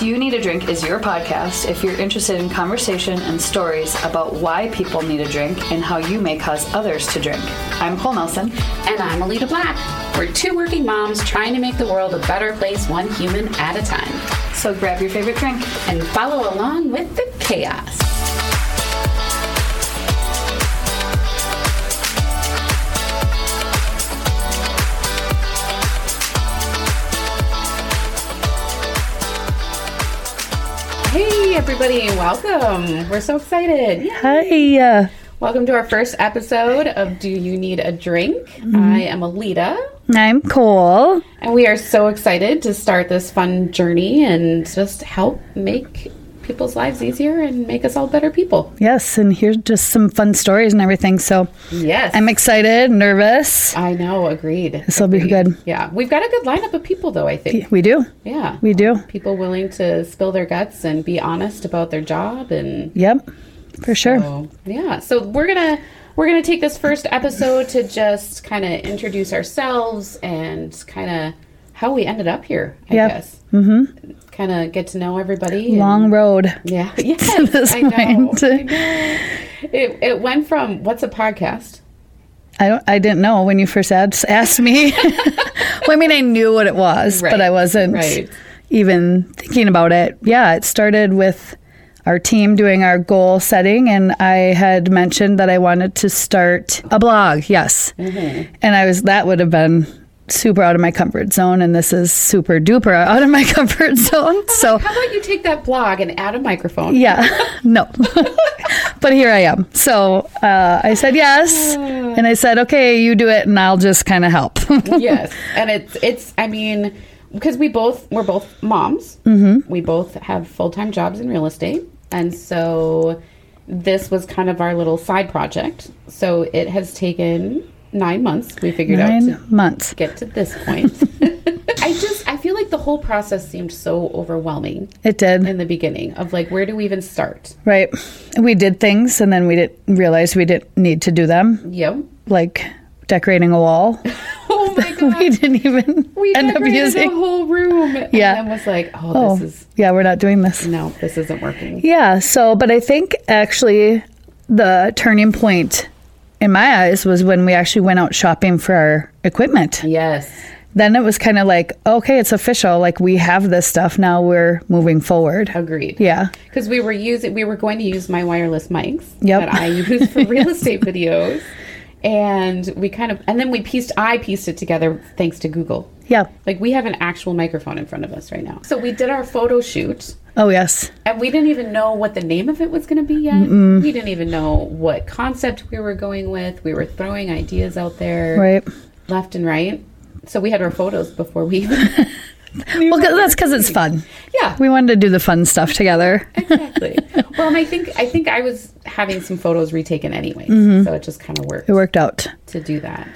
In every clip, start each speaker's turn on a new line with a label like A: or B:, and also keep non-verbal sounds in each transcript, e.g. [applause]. A: You Need a Drink is your podcast if you're interested in conversation and stories about why people need a drink and how you may cause others to drink. I'm Cole Nelson.
B: And I'm Alita Black. We're two working moms trying to make the world a better place one human at a time.
A: So grab your favorite drink.
B: And follow along with the chaos. Hey, everybody, welcome. We're so excited. Yeah.
C: Hi.
B: Welcome to our first episode of Do You Need a Drink? I am Alita.
C: I'm Cole.
B: And we are so excited to start this fun journey and just help make people's lives easier and make us all better people.
C: Yes, and here's just some fun stories and everything. So
B: Yes.
C: I'm excited, nervous.
B: I know, agreed.
C: This will be good.
B: Yeah. We've got a good lineup of people though, I think.
C: We do.
B: Yeah.
C: We do.
B: people willing to spill their guts and be honest about their job and
C: Yep, for sure.
B: so, yeah. So we're going to we're going to take this first episode to just kind of introduce ourselves and kind of how we ended up here, I
C: Yeah.
B: guess. Mhm. Kind of get to know everybody. and-
C: Mm-hmm. Long road. [laughs]
B: Yeah. Yes,
C: this
B: [laughs] I know. I know.
C: point.
B: It, it went from what's a podcast?
C: I don't. I didn't know when you first asked,
B: [laughs]
C: asked me. [laughs] well, I mean, I knew what it was,
B: Right,
C: but I wasn't
B: right.
C: even thinking about it. Yeah, it started with our team doing our goal setting, and I had mentioned that I wanted to start a blog. Yes,
B: Mm-hmm.
C: and I was that would have been super out of my comfort zone, and this is super duper out of my [laughs] comfort zone. So.
B: How about you take that blog and add a microphone? [laughs]
C: Yeah, no. [laughs] but here I am. So uh, I
B: [sighs]
C: said yes. And I said, okay, you do it and I'll just kind of help. [laughs]
B: yes. And it's it's I mean because we both we're both moms. Mm-hmm. We both have full time jobs in real estate, and so this was kind of our little side project. So it has taken nine months. We figured out to
C: Nine months.
B: get to this point. [laughs] I just I feel like the whole process seemed so overwhelming.
C: It did.
B: in the beginning of like where do we even start
C: Right. We did things and then we didn't realize we didn't need to do them,
B: yep
C: like decorating a wall.
B: [laughs]
C: [laughs]
B: oh my
C: we didn't even
B: we
C: [laughs] end up
B: decorated the
C: using.
B: whole room yeah and
C: Yeah.
B: then was like oh,
C: Oh,
B: this is
C: yeah, we're not doing this.
B: no this isn't working
C: Yeah. So, but I think actually the turning point in my eyes was when we actually went out shopping for our equipment.
B: yes
C: then it was kind of like, okay, it's official. Like we have this stuff now. We're moving forward.
B: agreed
C: Yeah.
B: because we were using we were going to use my wireless mics
C: Yep.
B: that i use for
C: [laughs]
B: real estate videos and we kind of and then we pieced i pieced it together thanks to google
C: Yeah.
B: like we have an actual microphone in front of us right now so we did our photo shoot
C: Oh yes.
B: And we didn't even know what the name of it was going to be yet. We didn't even know what concept we were going with. We were throwing ideas out there
C: Right.
B: left and right. So we had our photos before we even. [laughs]
C: Well, 'cause- that's because it's fun.
B: yeah,
C: We wanted to do the fun stuff together.
B: exactly. well, and I think I think I was having some photos retaken anyway, so it just kind of worked
C: Mm-hmm. It worked out.
B: to do that.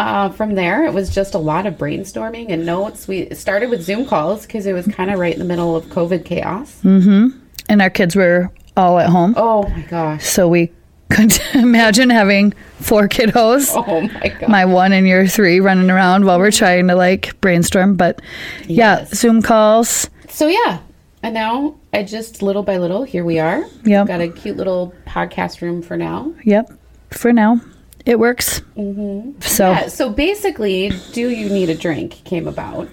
B: Uh, from there, it was just a lot of brainstorming and notes. We it started with Zoom calls because it was kind of right in the middle of COVID chaos.
C: Mm-hmm. And our kids were all at home.
B: Oh my gosh! [laughs]
C: So we couldn't [laughs] imagine having four kiddos.
B: Oh my gosh!
C: My one and your three running around while we're trying to like brainstorm. But yeah,
B: Yes.
C: Zoom calls.
B: So yeah, and now I just little by little here we are.
C: Yep.
B: We've got a cute little podcast room for now.
C: Yep. For now, it works.
B: Mm-hmm.
C: So
B: Yeah, so basically, do you need a drink came about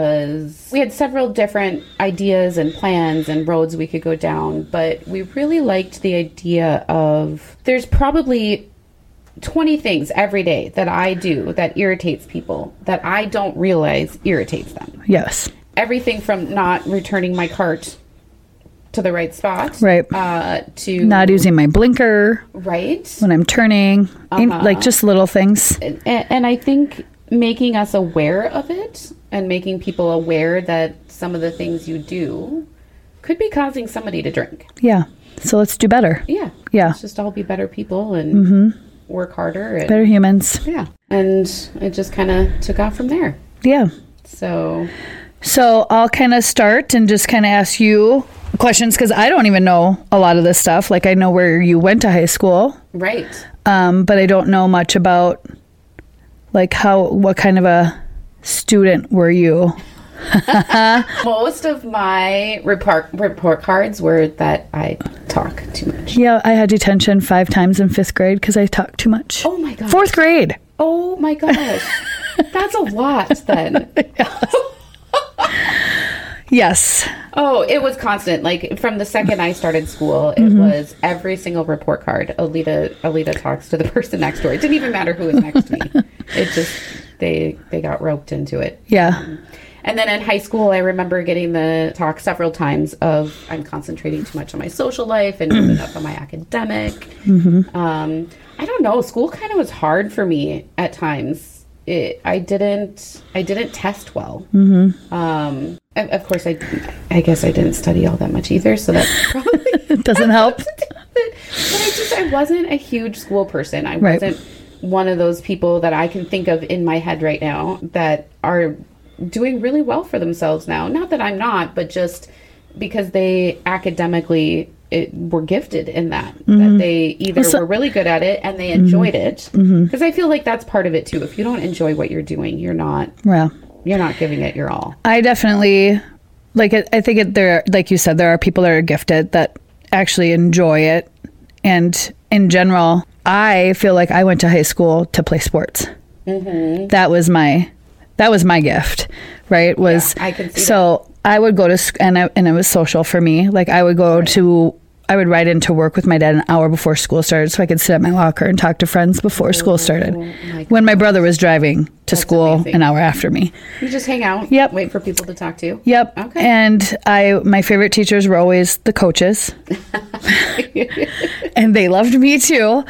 B: because we had several different ideas and plans and roads we could go down, but we really liked the idea of there's probably 20 things every day that I do that irritates people that I don't realize irritates them.
C: yes.
B: everything from not returning my cart to the right spot,
C: Right.
B: Uh, to
C: Not using my blinker.
B: right,
C: when I'm turning, in-
B: Uh-huh.
C: like just little things.
B: and, and I think making us aware of it and making people aware that some of the things you do could be causing somebody to drink.
C: Yeah. So let's do better.
B: Yeah, Mm-hmm.
C: Yeah.
B: Let's just all be better people and work harder. And,
C: Better humans.
B: yeah, and it just kind of took off from there.
C: Yeah.
B: So
C: So I'll kind of start and just kind of ask you questions because I don't even know a lot of this stuff. Like I know where you went to high school,
B: right,
C: um, but I don't know much about like how what kind of a student were you.
B: Most of my report report cards were that I talk too much.
C: Yeah, I had detention five times in fifth grade because I talked too much.
B: Oh my gosh.
C: Fourth grade.
B: Oh my gosh. [laughs] That's a lot then.
C: Yes.
B: Oh, it was constant. Like from the second I started school, it was every single report card. Alita Alita talks to the [laughs] person next door. It didn't even matter who was next to me. It just they they got roped into it.
C: Yeah.
B: And then in high school, I remember getting the talk several times of I'm concentrating too much on my social life and giving up on my academic. Um, I don't know. School kind of was hard for me at times. It, I didn't I didn't test well. Um, and of course, I I guess I didn't study all that [laughs] much either. So that's probably
C: It
B: [laughs]
C: doesn't help.
B: but I just I wasn't a huge school person. I
C: Right.
B: wasn't one of those people that I can think of in my head right now that are doing really well for themselves now. Not that I'm not, but just because they academically it, were gifted in that
C: Mm-hmm.
B: that they either were really good at it and they enjoyed it.
C: Mm-hmm.
B: Because I feel like that's part of it too. If you don't enjoy what you're doing, you're not
C: Well,
B: you're not giving it your all.
C: I definitely like. I I think it, there, like you said, there are people that are gifted that actually enjoy it, and in general, I feel like I went to high school to play sports.
B: Mm-hmm.
C: That was my that was my gift, right? Was
B: I can see
C: so I would go to sc- and I, and it was social for me. Like I would go to. I would ride into work with my dad an hour before school started so I could sit at my locker and talk to friends before school started.
B: my
C: when my brother was driving to school
B: amazing.
C: an hour after me.
B: You just hang out,
C: Yep.
B: wait for people to talk to.
C: Yep.
B: Okay.
C: And I my favorite teachers were always
B: [laughs]
C: the coaches. and they loved me too.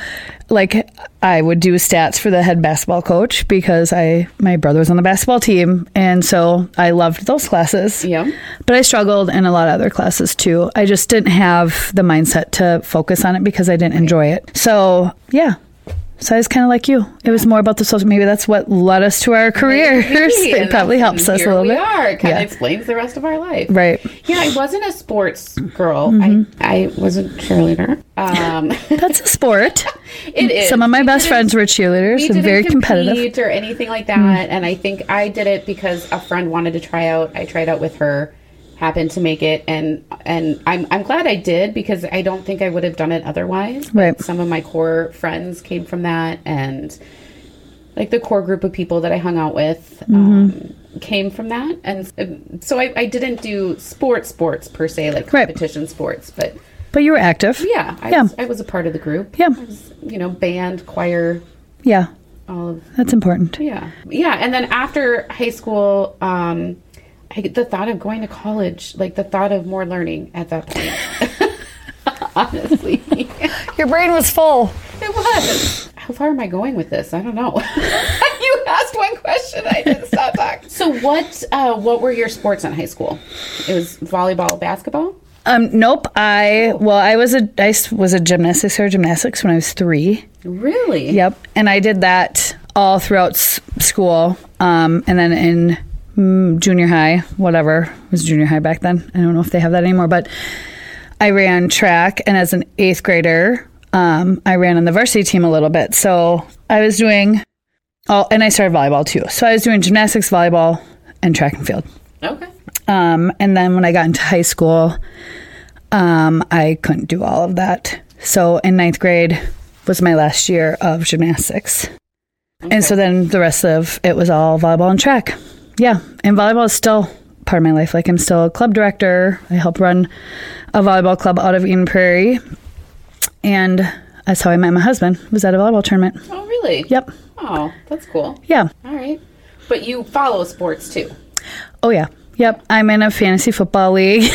C: Like I would do stats for the head basketball coach because I my brother was on the basketball team and so I loved those classes.
B: Yeah.
C: But I struggled in a lot of other classes too. I just didn't have the mindset to focus on it because I didn't enjoy it. So, yeah. So I was kind of like you. It was more about the social. Maybe that's what led us to our careers. [laughs]
B: Hey,
C: it
B: and
C: probably
B: that's-
C: helps us
B: here
C: a little
B: we
C: bit.
B: Are. It kind
C: Yeah.
B: of explains the rest of our life.
C: Right. Mm-hmm.
B: Yeah, I wasn't a sports girl. I, I was a cheerleader. Um, [laughs]
C: That's a sport.
B: it is.
C: Some of my
B: We
C: best
B: didn't-
C: friends were cheerleaders
B: we
C: and
B: didn't
C: very competitive. Hmm.
B: compete or anything like that. And I think I did it because a friend wanted to try out. I tried out with her, happened to make it, and and I'm I'm glad I did because I don't think I would have done it otherwise. But
C: Right.
B: Some of my core friends came from that, and like the core group of people that I hung out with
C: Mm-hmm.
B: um, came from that. And s- um, so I, I didn't do sports, sports per se, like
C: Right.
B: competition sports, but
C: But you were active.
B: yeah, I,
C: Yeah.
B: Was, I was a part of the group.
C: Yeah.
B: I was, you know, band, choir,
C: Yeah.
B: all of
C: That's important.
B: yeah. Yeah. And then after high school, um, I, the thought of going to college, like the thought of more learning at that point. [laughs] Honestly,
C: Your brain was full.
B: it was. How far am I going with this? I don't know. [laughs] you asked one question, I didn't stop talking. So, what uh, what were your sports in high school? It was volleyball, basketball.
C: Um, nope. I well, I was a I s- was a gymnastics or gymnastics when I was three.
B: Really?
C: Yep. And I did that all throughout s- school. Um, and then in mm, junior high, whatever it was junior high back then. I don't know if they have that anymore, but I ran track. And as an eighth grader, um, I ran on the varsity team a little bit. So I was doing all, and I started volleyball too. So I was doing gymnastics, volleyball, and track and field.
B: Okay.
C: Um, and then when I got into high school, um, I couldn't do all of that. So in ninth grade was my last year of gymnastics. And so then the rest of it was all volleyball and track. Yeah. And volleyball is still part of my life. Like I'm still a club director. I help run a volleyball club out of Eden Prairie. And that's how I met my husband, was at a volleyball tournament.
B: Oh, really?
C: Yep.
B: Oh, that's cool.
C: Yeah.
B: All right. But you follow sports too.
C: Oh yeah. Yep. I'm in a fantasy
B: [laughs]
C: football league.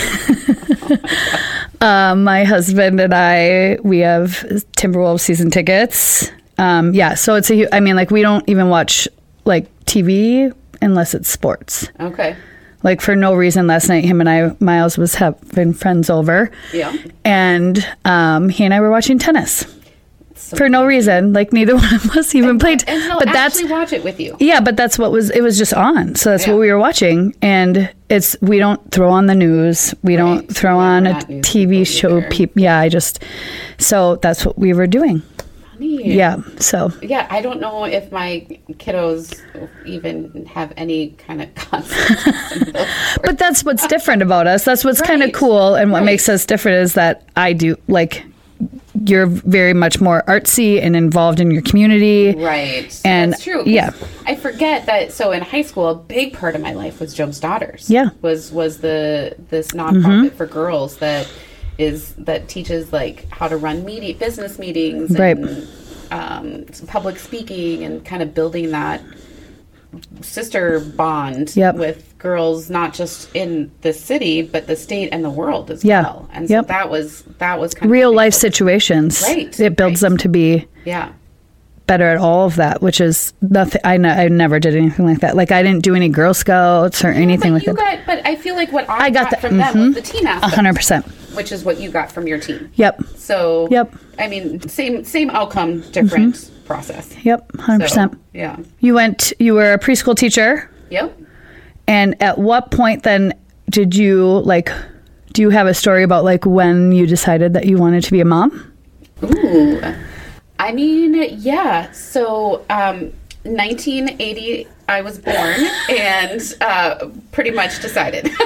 C: um, my husband and I, we have Timberwolves season tickets. Um, yeah. So it's a, hu- I mean, like we don't even watch like TV unless it's sports.
B: Okay.
C: Like for no reason last night, him and I, Miles was having friends over
B: Yeah.
C: and, um, he and I were watching tennis for no reason. Like neither [laughs] one of us even played,
B: And he'll
C: but that's,
B: actually watch it with you.
C: yeah, but that's what was it was just on. So that's
B: Yeah.
C: what we were watching and it's we don't throw on the news. We
B: Right.
C: don't throw
B: Yeah,
C: on
B: we're
C: a
B: not news
C: TV
B: people
C: show
B: either.
C: peep. Yeah, I just so that's what we were doing.
B: neat.
C: Yeah. So
B: Yeah, I don't know if my kiddos even have any kind of [laughs] concept. of those words.
C: But that's what's different about us. That's what's kind of
B: Right.
C: cool. And what
B: Right.
C: makes us different is that I do, like, you're very much more artsy and involved in your community.
B: right.
C: And-
B: That's true. 'cause
C: yeah.
B: I forget that. So in high school, a big part of my life was Jones Daughters.
C: Yeah. Mm-hmm.
B: Was was the this nonprofit for girls that is that teaches like how to run media business meetings
C: Right.
B: and um, public speaking and kind of building that sister bond
C: Yep.
B: with girls not just in the city but the state and the world as
C: Yeah.
B: well and so
C: Yep.
B: that was that was kind
C: Real
B: of
C: life situations.
B: Right,
C: It builds
B: right.
C: them to be
B: yeah
C: better at all of that, which is nothing. I, ne- I never did anything like that. Like, I didn't do any Girl Scouts or anything
B: but
C: like
B: you got
C: that.
B: but i feel like what i,
C: I got
B: got,
C: the- mm-hmm.
B: from them was the team aspect
C: 100%.
B: which is what you got from your team
C: Yep.
B: so
C: Yep. Mm-hmm.
B: i mean same same outcome different process
C: Yep. 100%.
B: So, yeah
C: You went, you were a preschool teacher.
B: yep
C: And at what point then did you like do you have a story about like when you decided that you wanted to be a mom?
B: Ooh. I mean, yeah. So, um, 1980, I was born and uh, pretty much decided. [laughs]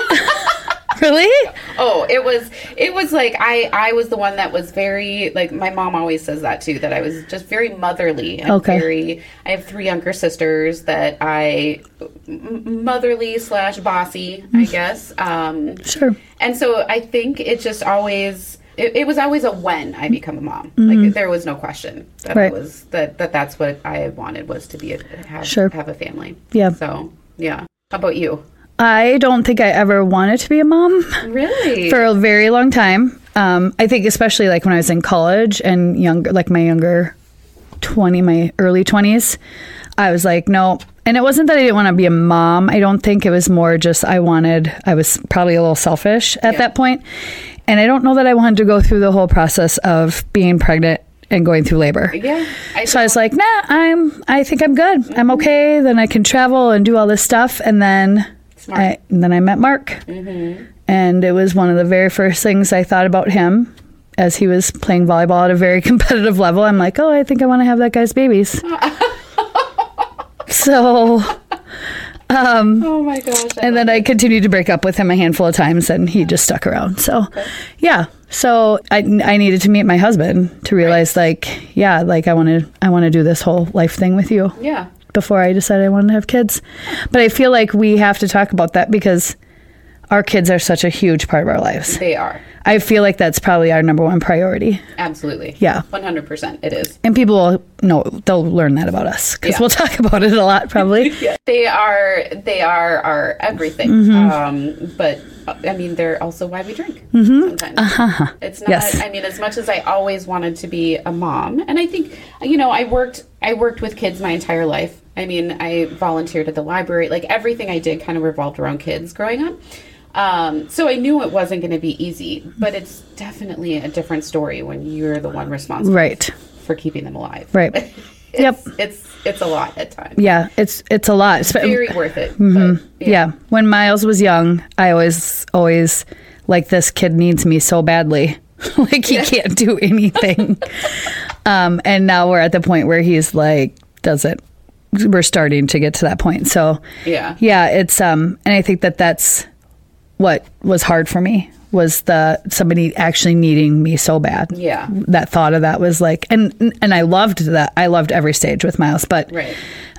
C: Really?
B: oh, it was it was like I I was the one that was very like my mom always says that too that I was just very motherly and
C: Okay.
B: very. I have three younger sisters that I m- motherly slash bossy, I guess. Um,
C: Mm. Sure.
B: and so I think it just always it, it was always a when I become a mom. Like there was no question that
C: Mm-hmm. Right.
B: I was that, that that's what I wanted was to be a have
C: Sure.
B: have a family.
C: Yeah.
B: So yeah. How about you?
C: I don't think I ever wanted to be a mom
B: Really?
C: for a very long time. Um, I think especially like when I was in college and younger, like my younger 20, my early 20s, I was like, no. And it wasn't that I didn't want to be a mom. I don't think it was more just I wanted, I was probably a little selfish at
B: Yeah.
C: that point. And I don't know that I wanted to go through the whole process of being pregnant and going through labor.
B: yeah. I Mm-hmm.
C: So I was like, nah, I'm, I think I'm good. I'm okay. Then I can travel and do all this stuff. And then,
B: Smart. Mm-hmm.
C: I, and then I met Mark. And it was one of the very first things I thought about him as he was playing volleyball at a very [laughs] competitive level. I'm like, oh, I think I want to have that guy's babies.
B: [laughs]
C: so,
B: oh my gosh. I
C: and then I continued to break up with him a handful of times and he just stuck around. So, yeah. So I, I needed to meet my husband to realize like, yeah, like I want to, I want to do this whole life thing with you.
B: yeah.
C: before I decided I wanted to have kids. But I feel like we have to talk about that because our kids are such a huge part of our lives.
B: They are.
C: I feel like that's probably our number one priority.
B: Absolutely.
C: Yeah.
B: 100% it is.
C: And people will know, they'll learn that about us because
B: Yeah.
C: we'll talk about it a
B: [laughs]
C: lot probably.
B: They are they are our everything.
C: Mm-hmm.
B: Um, but uh, I mean, they're also why we drink sometimes. It's not.
C: Mm-hmm. Uh-huh. Yes.
B: I mean, as much as I always wanted to be a mom, and I think you know, I worked I worked with kids my entire life. I mean, I volunteered at the library. Like everything I did kind of revolved around kids growing up. Um, so I knew it wasn't going to be easy, but it's definitely a different story when you're the one responsible
C: Right.
B: for keeping them alive. [laughs]
C: Right. yep.
B: It's it's a lot at times.
C: Yeah. It's, it's a lot. Spe-
B: Very worth it. But,
C: Mm-hmm. yeah. When Miles was young, I always, always like this kid needs me so badly. [laughs] like he can't do
B: [laughs]
C: anything. um, and now we're at the point where he's like, doesn't. We're starting to get to that point. So
B: Yeah.
C: yeah, it's um, and I think that that's what was hard for me was the somebody actually needing me so bad.
B: Yeah.
C: That thought of that was like, and and I loved that. I loved every stage with Miles, but
B: Right.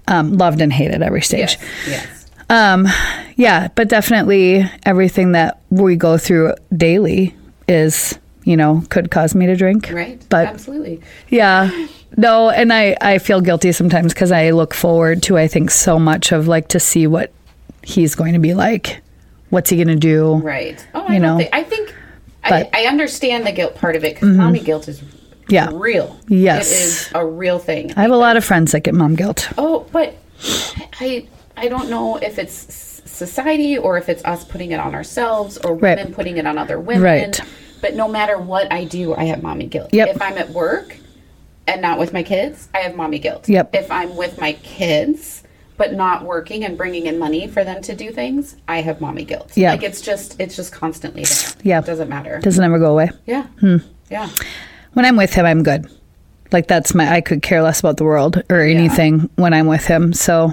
C: um, loved and hated every stage.
B: Yes. Yes.
C: Um, yeah, but definitely everything that we go through daily is, you know, could cause me to drink.
B: Right.
C: But
B: absolutely. [laughs]
C: yeah. No, and I, I feel guilty sometimes because I look forward to, I think, so much of like to see what he's going to be like. What's he going to do?
B: Right. Oh, I
C: You
B: don't
C: know.
B: think, I think
C: But- Mm-hmm.
B: I, I understand the guilt part of it because mommy guilt is
C: Yeah.
B: real.
C: Yes.
B: It is a real thing.
C: I have a lot of friends that get mom guilt.
B: oh, but I I don't know if it's s- society or if it's us putting it on ourselves or
C: Right.
B: women putting it on other women.
C: Right.
B: But no matter what I do, I have mommy guilt.
C: Yep.
B: If I'm at work and not with my kids, I have mommy guilt.
C: Yep.
B: If I'm with my kids but not working and bringing in money for them to do things, I have mommy guilt.
C: Yeah.
B: Like it's just it's just constantly there.
C: Yeah. Hmm.
B: It doesn't matter.
C: Doesn't ever go away.
B: Yeah. Yeah.
C: When I'm with him, I'm good. Like that's my I could care less about the world or anything when I'm with him. So,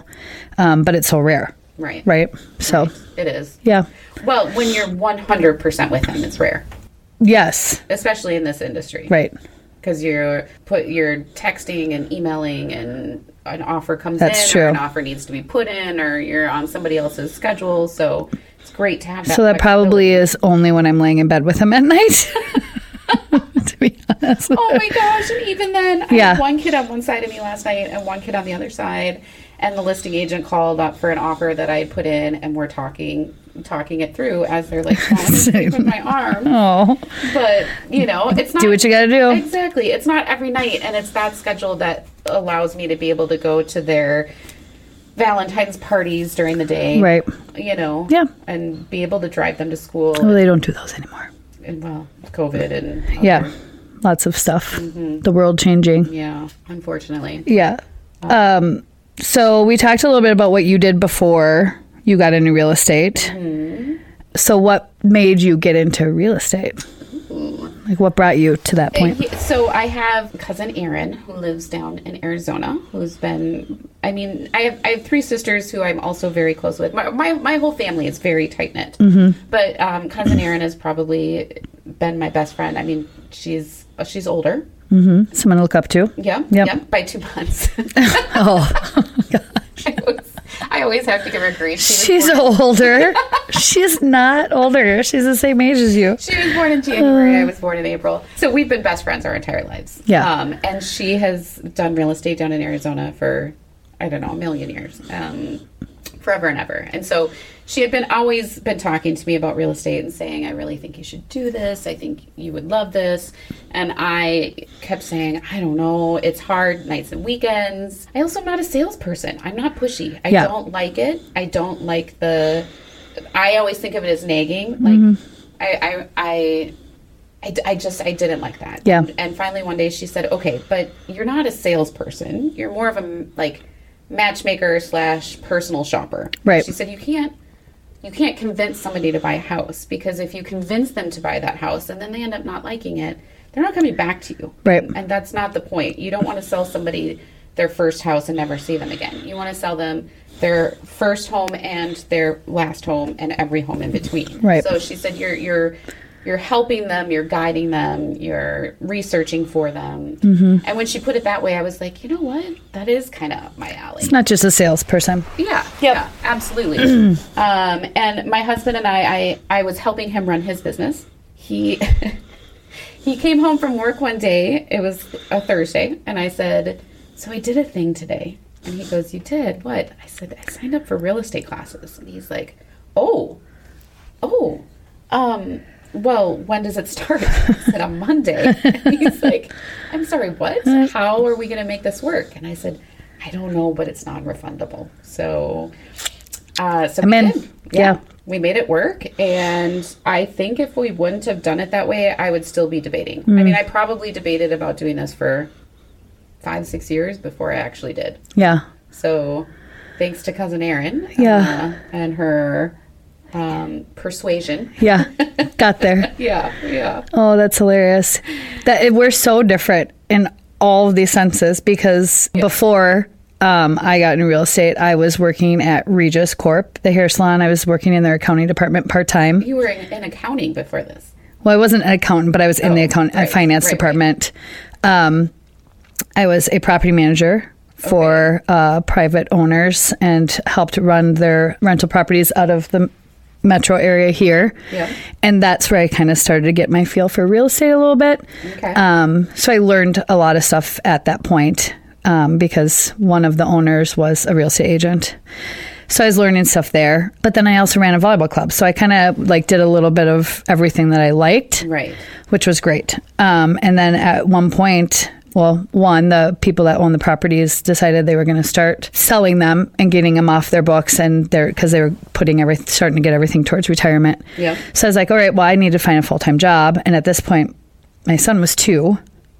C: um, but it's so rare,
B: Right.
C: right? So,
B: It is.
C: yeah,
B: Well, when you're 100% with him, it's rare,
C: yes,
B: especially in this industry.
C: right.
B: Because you're put you're texting and emailing, and an offer comes
C: That's
B: in,
C: true.
B: or an offer needs to be put in, or you're on somebody else's schedule. So it's great to have that.
C: So that
B: flexibility.
C: probably is only when I'm laying in bed with him at night. [laughs] to be honest,
B: oh my gosh! And even then, I
C: Yeah.
B: had one kid on one side of me last night, and one kid on the other side. And the listing agent called up for an offer that I had put in, and we're talking talking it through as they're
C: [laughs]
B: like falling asleep in my arm.
C: oh,
B: but you know it's not
C: Do what you gotta do.
B: exactly it's not every night and it's that schedule that allows me to be able to go to their valentine's parties during the day
C: Right.
B: you know
C: Yeah. Mm.
B: and be able to drive them to school
C: well, they don't do those anymore.
B: and well covid and
C: Yeah, lots of stuff. The world changing.
B: yeah unfortunately
C: Yeah. Um, so we talked a little bit about what you did before you got into real estate. So what made you get into real estate? Like what brought you to that point?
B: Yeah, So I have cousin Erin who lives down in Arizona, who's been. I mean, I have I have three sisters who I'm also very close with. My my, my whole family is very tight knit.
C: Mm-hmm.
B: But um, cousin Erin has probably been my best friend. I mean, she's she's older.
C: Mm-hmm. Someone to look up to.
B: Yeah.
C: Yep.
B: yeah, By two months. [laughs]
C: [laughs] Oh,
B: I, always, I always have to give her grief. She was
C: she's [laughs] older. she's not older. She's the same age as you.
B: She was born in January. I was born in April. So we've been best friends our entire lives.
C: Uh. Yeah.
B: Um, and she has done real estate down in Arizona for, I don't know, a million years, um, forever and ever. And so she had been always been talking to me about real estate and saying, I really think you should do this. I think you would love this. And I kept saying, I don't know. It's hard nights and weekends. I also am not a salesperson. I'm not pushy. I
C: Yeah.
B: don't like it. I don't like the. I always think of it as nagging. Like
C: Mm-hmm.
B: I, I, I, I d- I just I didn't like that.
C: Yeah.
B: And finally one day she said, "Okay, but you're not a salesperson. You're more of a m- like matchmaker slash personal shopper."
C: Right.
B: She said, "You can't." You can't convince somebody to buy a house because if you convince them to buy that house and then they end up not liking it, they're not coming back to you.
C: Right.
B: And that's not the point. You don't want to sell somebody their first house and never see them again. You want to sell them their first home and their last home and every home in between.
C: Right.
B: So she said you're you're you're helping them, you're guiding them, you're researching for them. And when she put it that way, I was like, you know what? That is kind of up my alley.
C: Not just a salesperson.
B: Yeah. Yeah. Absolutely. um, and my husband and I, I, I was helping him run his business. He, [laughs] he came home from work one day. It was a Thursday, and I said, "So I did a thing today." And he goes, "You did what?" I said, "I signed up for real estate classes." And he's like, "Oh, oh, um." Well, when does it start? [laughs] I said, on Monday. And
C: [laughs]
B: he's like, I'm sorry, what?
C: Uh,
B: How are we going to make this work? And I said, I don't know, but it's non refundable. So, uh, so
C: I'm
B: we
C: in.
B: did.
C: Yeah.
B: We made it work. And I think if we wouldn't have done it that way, I would still be debating.
C: Mm.
B: I mean, I probably debated about doing this for five, six years before I actually did.
C: Yeah.
B: So thanks to cousin Erin.
C: Yeah.
B: uh, and her um, persuasion.
C: Yeah. Got there.
B: Yeah. Yeah.
C: Oh, that's hilarious. That it, we're so different in all of these senses because before um, I got into real estate, I was working at Regis Corp, the hair salon. I was working in their accounting department part time.
B: You were in, in accounting before this.
C: Well, I wasn't an accountant, but I was in the account
B: Oh,
C: uh,
B: right,
C: finance
B: right, right.
C: department. Um, I was a property manager for uh, private owners and helped run their rental properties out of the metro area here.
B: Yeah.
C: And that's where I kind of started to get my feel for real estate a little bit.
B: Okay.
C: Um, so I learned a lot of stuff at that point um, because one of the owners was a real estate agent. So I was learning stuff there. But then I also ran a volleyball club. So I kind of like did a little bit of everything that I liked
B: Right.
C: which was great. Um, and then at one point, well, one, the people that own the properties decided they were going to start selling them and getting them off their books, and they're because they were putting everything, starting to get everything towards retirement.
B: Yeah.
C: So I was like, all right, well, I need to find a full time job. And at this point, my son was two.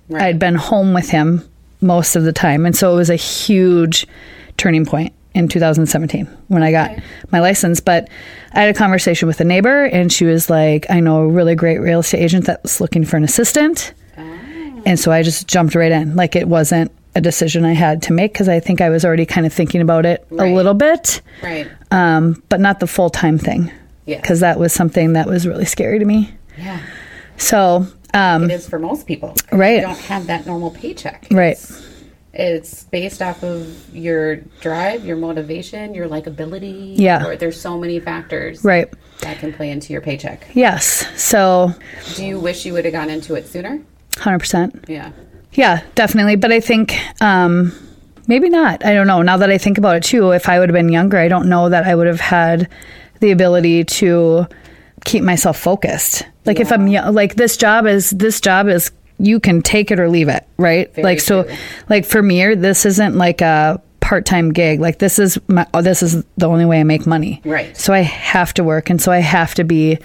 B: Right.
C: I'd been home with him most of the time, and so it was a huge turning point in 2017 when I got
B: Okay.
C: my license. But I had a conversation with a neighbor, and she was like, "I know a really great real estate agent that's looking for an assistant."
B: Oh.
C: And so I just jumped right in. Like it wasn't a decision I had to make because I think I was already kind of thinking about it
B: Right.
C: a little bit,
B: Right.
C: um, but not the full time thing.
B: Yeah.
C: Because that was something that was really scary to me.
B: Yeah.
C: So, um,
B: it is for most people.
C: Right.
B: You don't have that normal paycheck.
C: Right.
B: It's, it's based off of your drive, your motivation, your likability.
C: Yeah.
B: Or there's so many factors
C: right.
B: that can play into your paycheck.
C: Yes. So,
B: Do you wish you would have gone into it sooner?
C: 100%.
B: Yeah.
C: Yeah, definitely. But I think um, maybe not. I don't know. Now that I think about it too, if I would have been younger, I don't know that I would have had the ability to keep myself focused. Like if I'm yo- like this job is this job is you can take it or leave it, right?
B: Very
C: like so,
B: true.
C: like for me, this isn't like a part-time gig. Like this is my oh, this is the only way I make money.
B: Right.
C: So I have to work, and so I have to be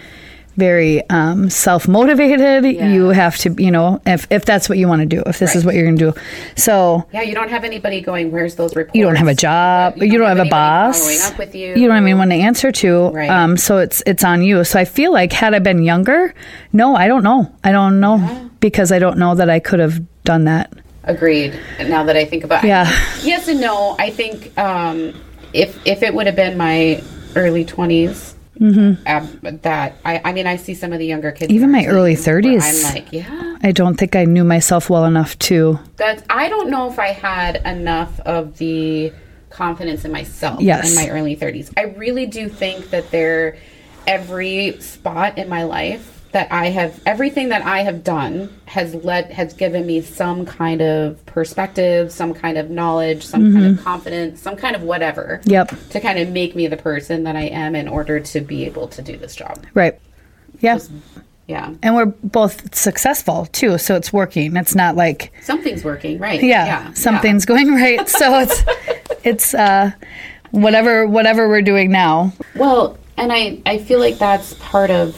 C: very um, self-motivated.
B: Yeah.
C: You have to, you know, if if that's what you want to do, if this is
B: Right.
C: what you're going to do. So
B: Yeah, you don't have anybody going, where's those reports?
C: you don't have a job, you don't, have, a
B: anybody
C: boss,
B: Following up with you.
C: don't have anyone to answer to.
B: Right.
C: Um, so it's it's on you. So I feel like had I been younger, no, I don't know, I don't know because I don't know that I could have done that.
B: Agreed. Now that I think about it.
C: Yeah.
B: Yes and no. I think um, if if it would have been my early 20s, ab- that I, I mean, I see some of the younger kids.
C: Mm-hmm. Even my
B: actually
C: early
B: where
C: 30s.
B: I'm like, yeah.
C: I don't think I knew myself well enough to.
B: That's, I don't know if I had enough of the confidence in myself
C: Yes.
B: in my early 30s. I really do think that there, every spot in my life that I have, everything that I have done has led, has given me some kind of perspective, some kind of knowledge, some kind of confidence, some kind of whatever.
C: Mm-hmm. Yep.
B: To kind of make me the person that I am in order to be able to do this job.
C: Right. Yeah.
B: Yeah.
C: and we're both successful too, so it's working. It's not like
B: Something's working, right?
C: yeah, something's [laughs] going right. So [laughs] it's it's uh whatever whatever we're doing now.
B: Well, and I, I feel like that's part of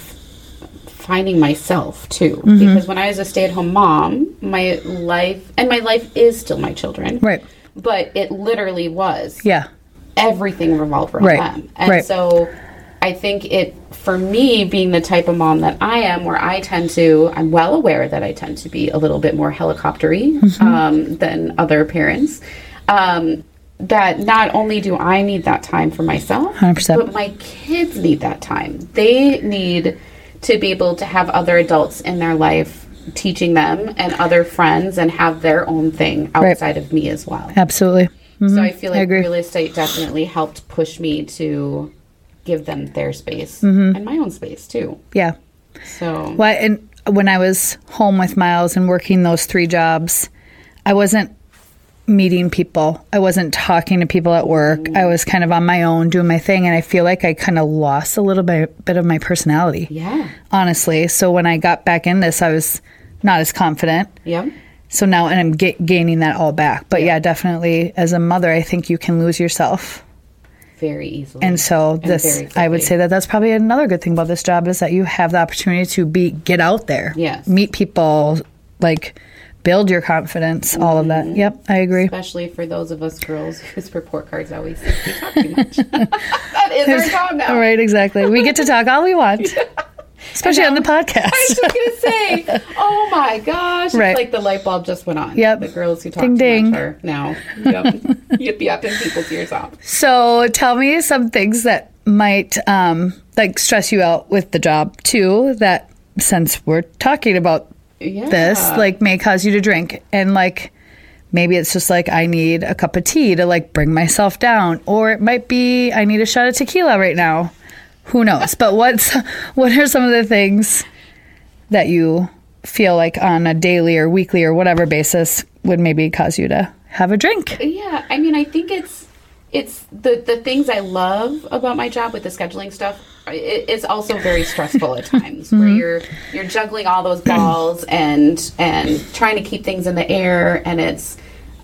B: finding myself too. Because when I was a stay at home mom, my life, and my life is still my children.
C: Right.
B: But it literally was
C: Yeah.
B: everything revolved around
C: Right,
B: them. And
C: right.
B: so I think it, for me, being the type of mom that I am, where I tend to, I'm well aware that I tend to be a little bit more helicoptery
C: Mm-hmm.
B: um, than other parents. Um, that not only do I need that time for myself,
C: 100%.
B: but my kids need that time. They need to be able to have other adults in their life teaching them and other friends and have their own thing outside of me as well.
C: Absolutely.
B: So I feel like
C: Mm-hmm. agree.
B: real estate definitely helped push me to give them their space and my own space too.
C: Yeah.
B: So
C: Mm-hmm. Well, and when I was home with Miles and working those three jobs, I wasn't meeting people. I wasn't talking to people at work. I was kind of on my own doing my thing and I feel like I kind of lost a little bit, bit of my personality.
B: yeah,
C: Honestly, so when I got back in this, I was not as confident.
B: yep,
C: So now, and I'm ga gaining that all back. But yeah. definitely as a mother, I think you can lose yourself.
B: very easily.
C: And so this,
B: very
C: I would
B: quickly.
C: say that that's probably another good thing about this job is that you have the opportunity to be, get out there,
B: Yes.
C: meet people, like build your confidence, all of that.
B: Mm-hmm.
C: Yep. I agree.
B: especially for those of us girls whose report cards always say we talk too
C: [laughs]
B: much. that is our job now.
C: All right. Exactly. We get to talk all
B: [laughs]
C: we want, especially on the
B: I was
C: podcast.
B: just gonna say,
C: [laughs]
B: oh my gosh!
C: Right.
B: It's like the light bulb just went on.
C: Yep.
B: The girls who talk
C: Ding,
B: too
C: ding.
B: much are
C: [laughs]
B: now yep, yip yapping people's ears off.
C: So tell me some things that might um, like stress you out with the job too. That since we're talking about
B: Yeah.
C: this, like may cause you to drink, and like maybe it's just like I need a cup of tea to like bring myself down, or it might be I need a shot of tequila right now. Who knows? but what's [laughs] what are some of the things that you feel like on a daily or weekly or whatever basis would maybe cause you to have a drink?
B: yeah i mean i think it's it's the the things i love about my job with the scheduling stuff i- it, it's also very stressful at times where
C: Mm-hmm.
B: you're you're juggling all those balls and and trying to keep things in the air and it's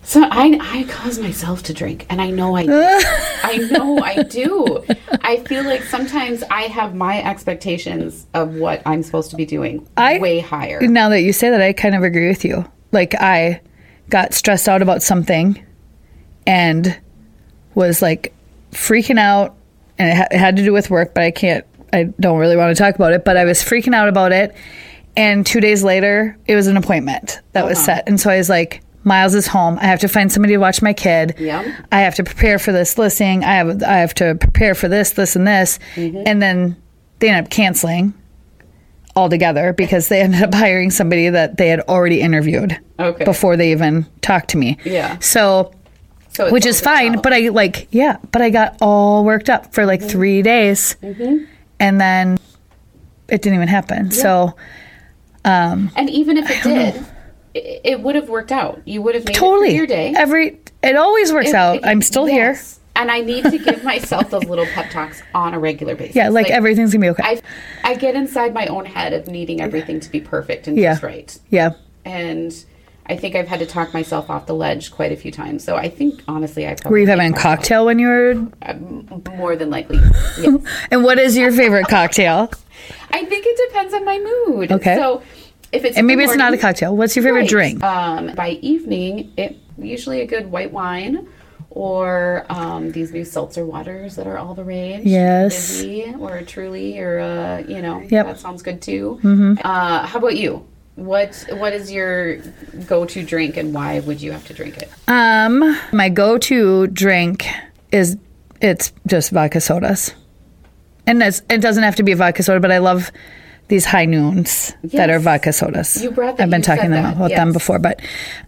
B: so I, I cause myself to drink and i know i do i know i do i feel like sometimes i have my expectations of what i'm supposed to be doing
C: I-
B: way higher
C: Now that you say that, I kind of agree with you. Like I got stressed out about something and was like freaking out, and it, ha- it had to do with work, but I can't. I don't really want to talk about it, but I was freaking out about it, And two days later, it was an appointment that was
B: Uh-huh.
C: set. And so I was like, Miles is home. I have to find somebody to watch my kid.
B: Yep.
C: I have to prepare for this listing. I have I have to prepare for this, this, and this.
B: Mm-hmm.
C: And then they end up canceling altogether because they ended up [laughs] hiring somebody that they had already interviewed
B: Okay.
C: before they even talked to me.
B: Yeah.
C: So
B: So it's
C: which is
B: all good.
C: fine. But I like, yeah, but I got all worked up for like three
B: Mm-hmm.
C: days, and then it didn't even happen. So
B: And even if it did, it, it would have worked out. You would have made it
C: totally,
B: through your day.
C: every it always works
B: If-
C: out.
B: if-
C: I'm still here.
B: yes. And I need to give myself those little pep talks on a regular basis.
C: Yeah, like, everything's gonna be okay.
B: I, I get inside my own head of needing everything to be perfect and
C: Yeah.
B: just right.
C: yeah,
B: And I think I've had to talk myself off the ledge quite a few times. So I think, honestly, I probably.
C: were you having a cocktail when you were?
B: cocktail? uh, More than likely. yes.
C: [laughs] And what is your favorite cocktail?
B: I think it depends on my mood.
C: Okay.
B: So if it's.
C: And maybe
B: in the
C: it's not a
B: morning-
C: cocktail. What's your favorite
B: Right.
C: drink?
B: Um, by evening, it usually a good white wine or um, these new seltzer waters that are all the rage.
C: Yes.
B: Fizzy or a Truly or a, you know,
C: Yep.
B: that sounds good too. Mm-hmm. Uh, how about you? What What is your go to drink and why would you have to drink it?
C: Um, my go-to drink is it's just vodka sodas, and it's, it doesn't have to be vodka soda, but I love these high noons that are
B: Yes.
C: vodka sodas.
B: You brought that-
C: I've been
B: you said
C: talking
B: that,
C: about them
B: yes.
C: before, but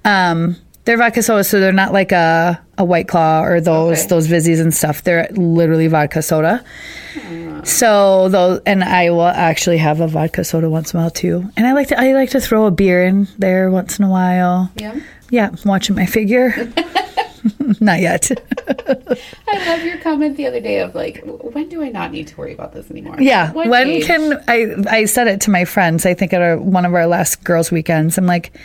C: um, they're vodka sodas, so they're not like a a white claw or those
B: Okay.
C: those fizzies and stuff. They're literally vodka soda. So though, and I will actually have a vodka soda once in a while too. And I like to I like to throw a beer in there once in a while.
B: Yeah.
C: Yeah, I'm watching my figure. [laughs] Not yet.
B: I love your comment the other day of like, when do I not need to worry about this anymore?
C: Yeah.
B: What
C: when
B: age?
C: can I I said it to my friends, I think at our, one of our last girls weekends. I'm like,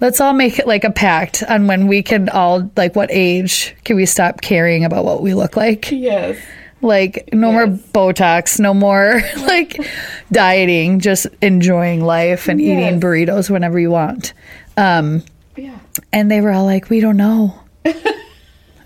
C: let's all make it like a pact on when we can all like what age can we stop caring about what we look like?
B: Yes.
C: Like no more Botox, no more [laughs] like dieting, just enjoying life and eating
B: Yes.
C: burritos whenever you want. Um,
B: Yeah.
C: And they were all like, "We
B: [laughs]
C: don't know."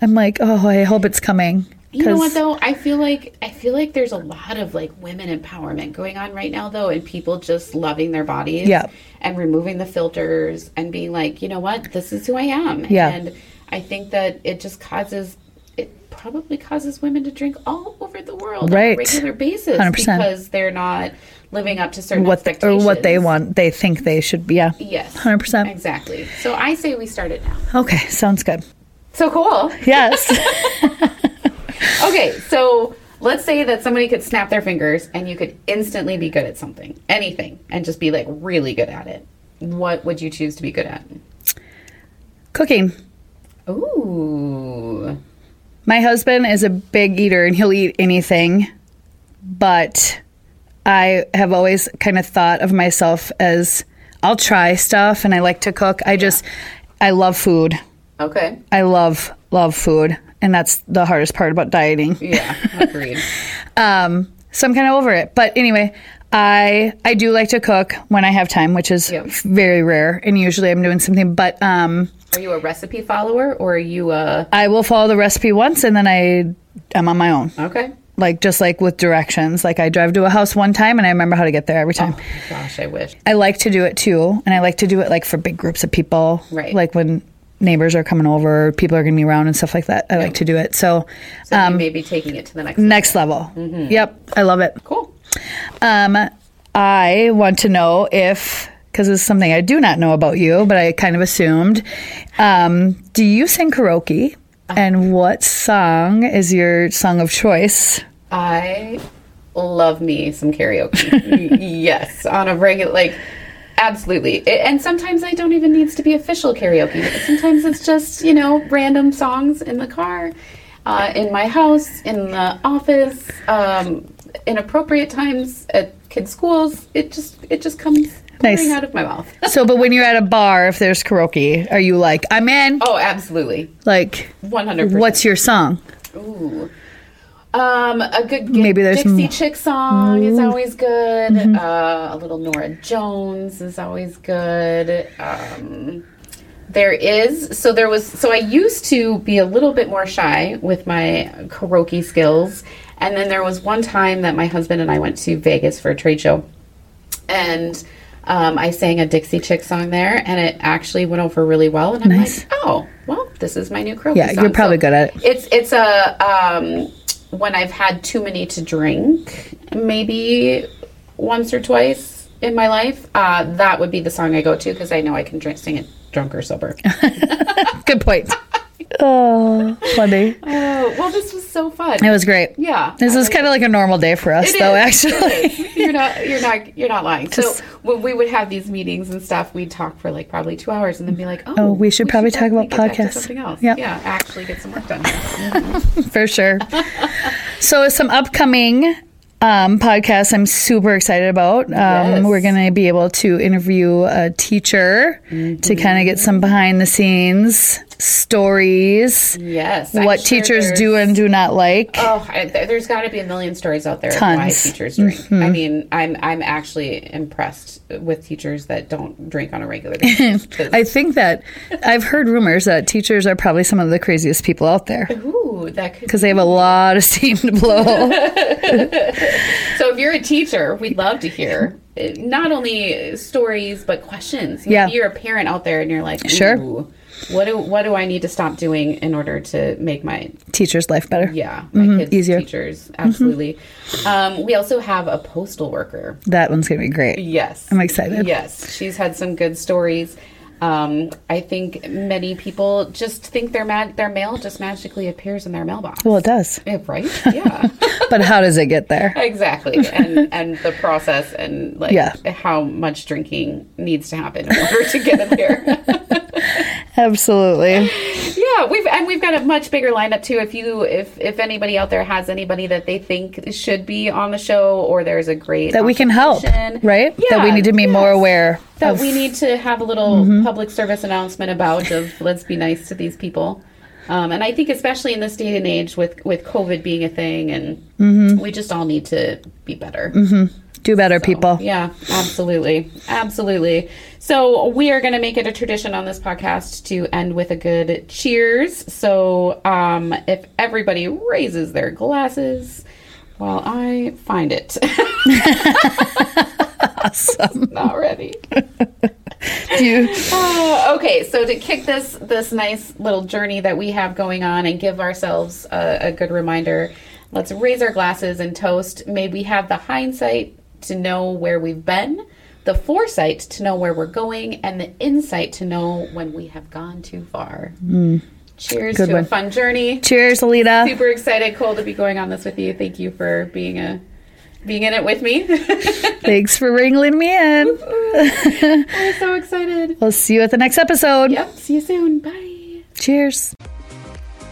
C: I'm like, "Oh, I hope it's coming."
B: You know
C: 'Cause-
B: what though? I feel like I feel like there's a lot of like women empowerment going on right now though, and people just loving their bodies
C: Yeah.
B: and removing the filters and being like, you know what, this is who I am.
C: Yeah.
B: And I think that it just causes it probably causes women to drink all over the world on
C: Right.
B: a regular basis
C: 100%.
B: because they're not living up to certain
C: what they, or
B: expectations.
C: what they want they think they should be yeah
B: Yes.
C: 100%.
B: Exactly. So I say we start it now.
C: okay sounds good
B: So cool.
C: yes
B: [laughs] Okay, so let's say that somebody could snap their fingers and you could instantly be good at something, anything, and just be like really good at it. What would you choose to be good at?
C: cooking
B: Ooh.
C: my husband is a big eater and he'll eat anything but i have always kind of thought of myself as i'll try stuff and i like to cook i just i love food
B: Okay.
C: i love love food and that's the hardest part about dieting
B: Yeah, agreed.
C: um, so I'm kind of over it. But anyway, I I do like to cook when I have time, which is
B: Yep.
C: very rare, and usually I'm doing something. But um,
B: Are you a recipe follower or are you a
C: I will follow the recipe once, and then I I'm on my own.
B: Okay.
C: Like just like with directions, like I drive to a house one time, and I remember how to get there every time.
B: Oh Gosh, I wish.
C: I like to do it too, and I like to do it like for big groups of people,
B: Right.
C: Like when neighbors are coming over, people are going to be around and stuff like that. I like to do it. So
B: So you may be taking it to the next
C: next level. Yep, I love it.
B: Cool.
C: Um, I want to know if, because this is something I do not know about you, but I kind of assumed. Um, do you sing karaoke?
B: Uh-huh.
C: And what song is your song of choice?
B: I love me some karaoke. Y- yes, on a regular, like, absolutely. I- and sometimes I don't even needs to be official karaoke. Sometimes it's just you know random songs in the car, uh, in my house, in the office, um, inappropriate times at kids' schools. It just it just comes pouring
C: Nice.
B: out of my mouth.
C: So, but when you're at a bar, if there's karaoke, are you like, I'm in?
B: Oh, absolutely,
C: Like,
B: one hundred percent.
C: what's your song?
B: Ooh. Um, a good G-
C: Maybe there's mm-hmm.
B: Dixie
C: more.
B: Chick song is always good. Uh, a little Nora Jones is always good. Um, there is so there was so I used to be a little bit more shy with my karaoke skills, and then there was one time that my husband and I went to Vegas for a trade show, and Um, I sang a Dixie Chick song there, and it actually went over really well. And I'm
C: Nice.
B: like, oh, well, this is my new karaoke
C: Yeah,
B: song.
C: you're probably good at it.
B: It's it's a um, when I've had too many to drink, maybe once or twice in my life. Uh, that would be the song I go to because I know I can drink, sing it drunk or
C: [laughs]
B: sober.
C: Good point.
B: [laughs]
C: oh, funny.
B: Oh, well, this was so fun.
C: It was great.
B: Yeah,
C: This
B: I
C: is kind of like a normal day for us,
B: It
C: though,
B: is, it
C: actually.
B: is. [laughs] you're not you're not you're not lying.
C: Just-
B: so when we would have these meetings and stuff, we'd talk for like probably two hours and then be like, oh,
C: Oh, we should probably talk about
B: definitely get back
C: podcasts.
B: to something else.
C: Yep.
B: Yeah, actually get some work done.
C: for sure. so, some upcoming um, podcasts I'm super excited about. Um,
B: Yes.
C: We're going to be able to interview a teacher
B: Mm-hmm.
C: to kind of get some behind the scenes stories,
B: yes. I'm
C: what
B: sure
C: teachers
B: there's-
C: do and do not like.
B: Oh, I, th- there's got to be a million stories out there of why
C: Tons. Mm-hmm.
B: teachers drink. I mean, I'm I'm actually impressed with teachers that don't drink on a regular basis. 'Cause-
C: [laughs] I think that I've heard rumors that teachers are probably some of the craziest people out there
B: Ooh, that could.
C: because they have a lot of [laughs] steam to blow.
B: So if you're a teacher, we'd love to hear uh, not only stories but questions. Maybe
C: Yeah.
B: you're a parent out there and you're like,
C: Sure.
B: "Ooh, What do what do I need to stop doing in order to make my
C: Teacher's life better.
B: yeah my kids
C: Mm-hmm. easier. Mm-hmm.
B: teachers absolutely? Um, we also have a postal worker.
C: That one's going to be great.
B: Yes,
C: I'm excited.
B: Yes, she's had some good stories. Um, I think many people just think their mad their mail just magically appears in their mailbox.
C: Well, it does.
B: Yeah, right?
C: [laughs]
B: Yeah.
C: But how does it get there?
B: exactly and and the process and like
C: Yeah.
B: how much drinking needs to happen in order to get it there
C: Absolutely.
B: yeah we've and we've got a much bigger lineup too if you if if anybody out there has anybody that they think should be on the show or there's a great
C: That we can help,
B: option.
C: right?
B: yeah,
C: that we need to be more
B: yes.
C: aware.
B: that
C: of- Mm-hmm.
B: we need to have a little public service announcement about of let's be nice to these people um, and i think especially in this day and age with with covid being a thing and
C: Mm-hmm.
B: we just all need to be better
C: do better, people.
B: Yeah, absolutely. Absolutely. So, we are going to make it a tradition on this podcast to end with a good cheers. So, um, if everybody raises their glasses while I find it. [laughs] awesome. Not ready.
C: Do you-
B: Uh, okay, so to kick this this nice little journey that we have going on and give ourselves a, a good reminder, let's raise our glasses and toast. May we have the hindsight to know where we've been, the foresight to know where we're going, and the insight to know when we have gone too far. Cheers to a
C: one.
B: fun journey.
C: Cheers, Alita.
B: Super excited, Cole, to be going on this with you. Thank you for being a being in it with me. [laughs]
C: Thanks for wringling me in.
B: I'm so excited.
C: We'll see you at the next episode.
B: Yep. See you soon. Bye.
C: Cheers.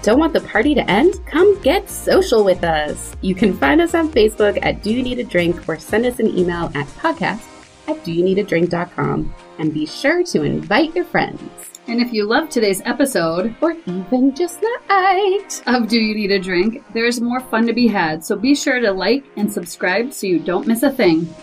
D: Don't want the party to end? Come get social with us. You can find us on Facebook at Do You Need a Drink or send us an email at podcast at doyouneedadrink.com. And be sure to invite your friends.
E: And if you loved today's episode,
D: Or even just like.
E: of Do You Need a Drink, there's more fun to be had, so be sure to like and subscribe so you don't miss a thing.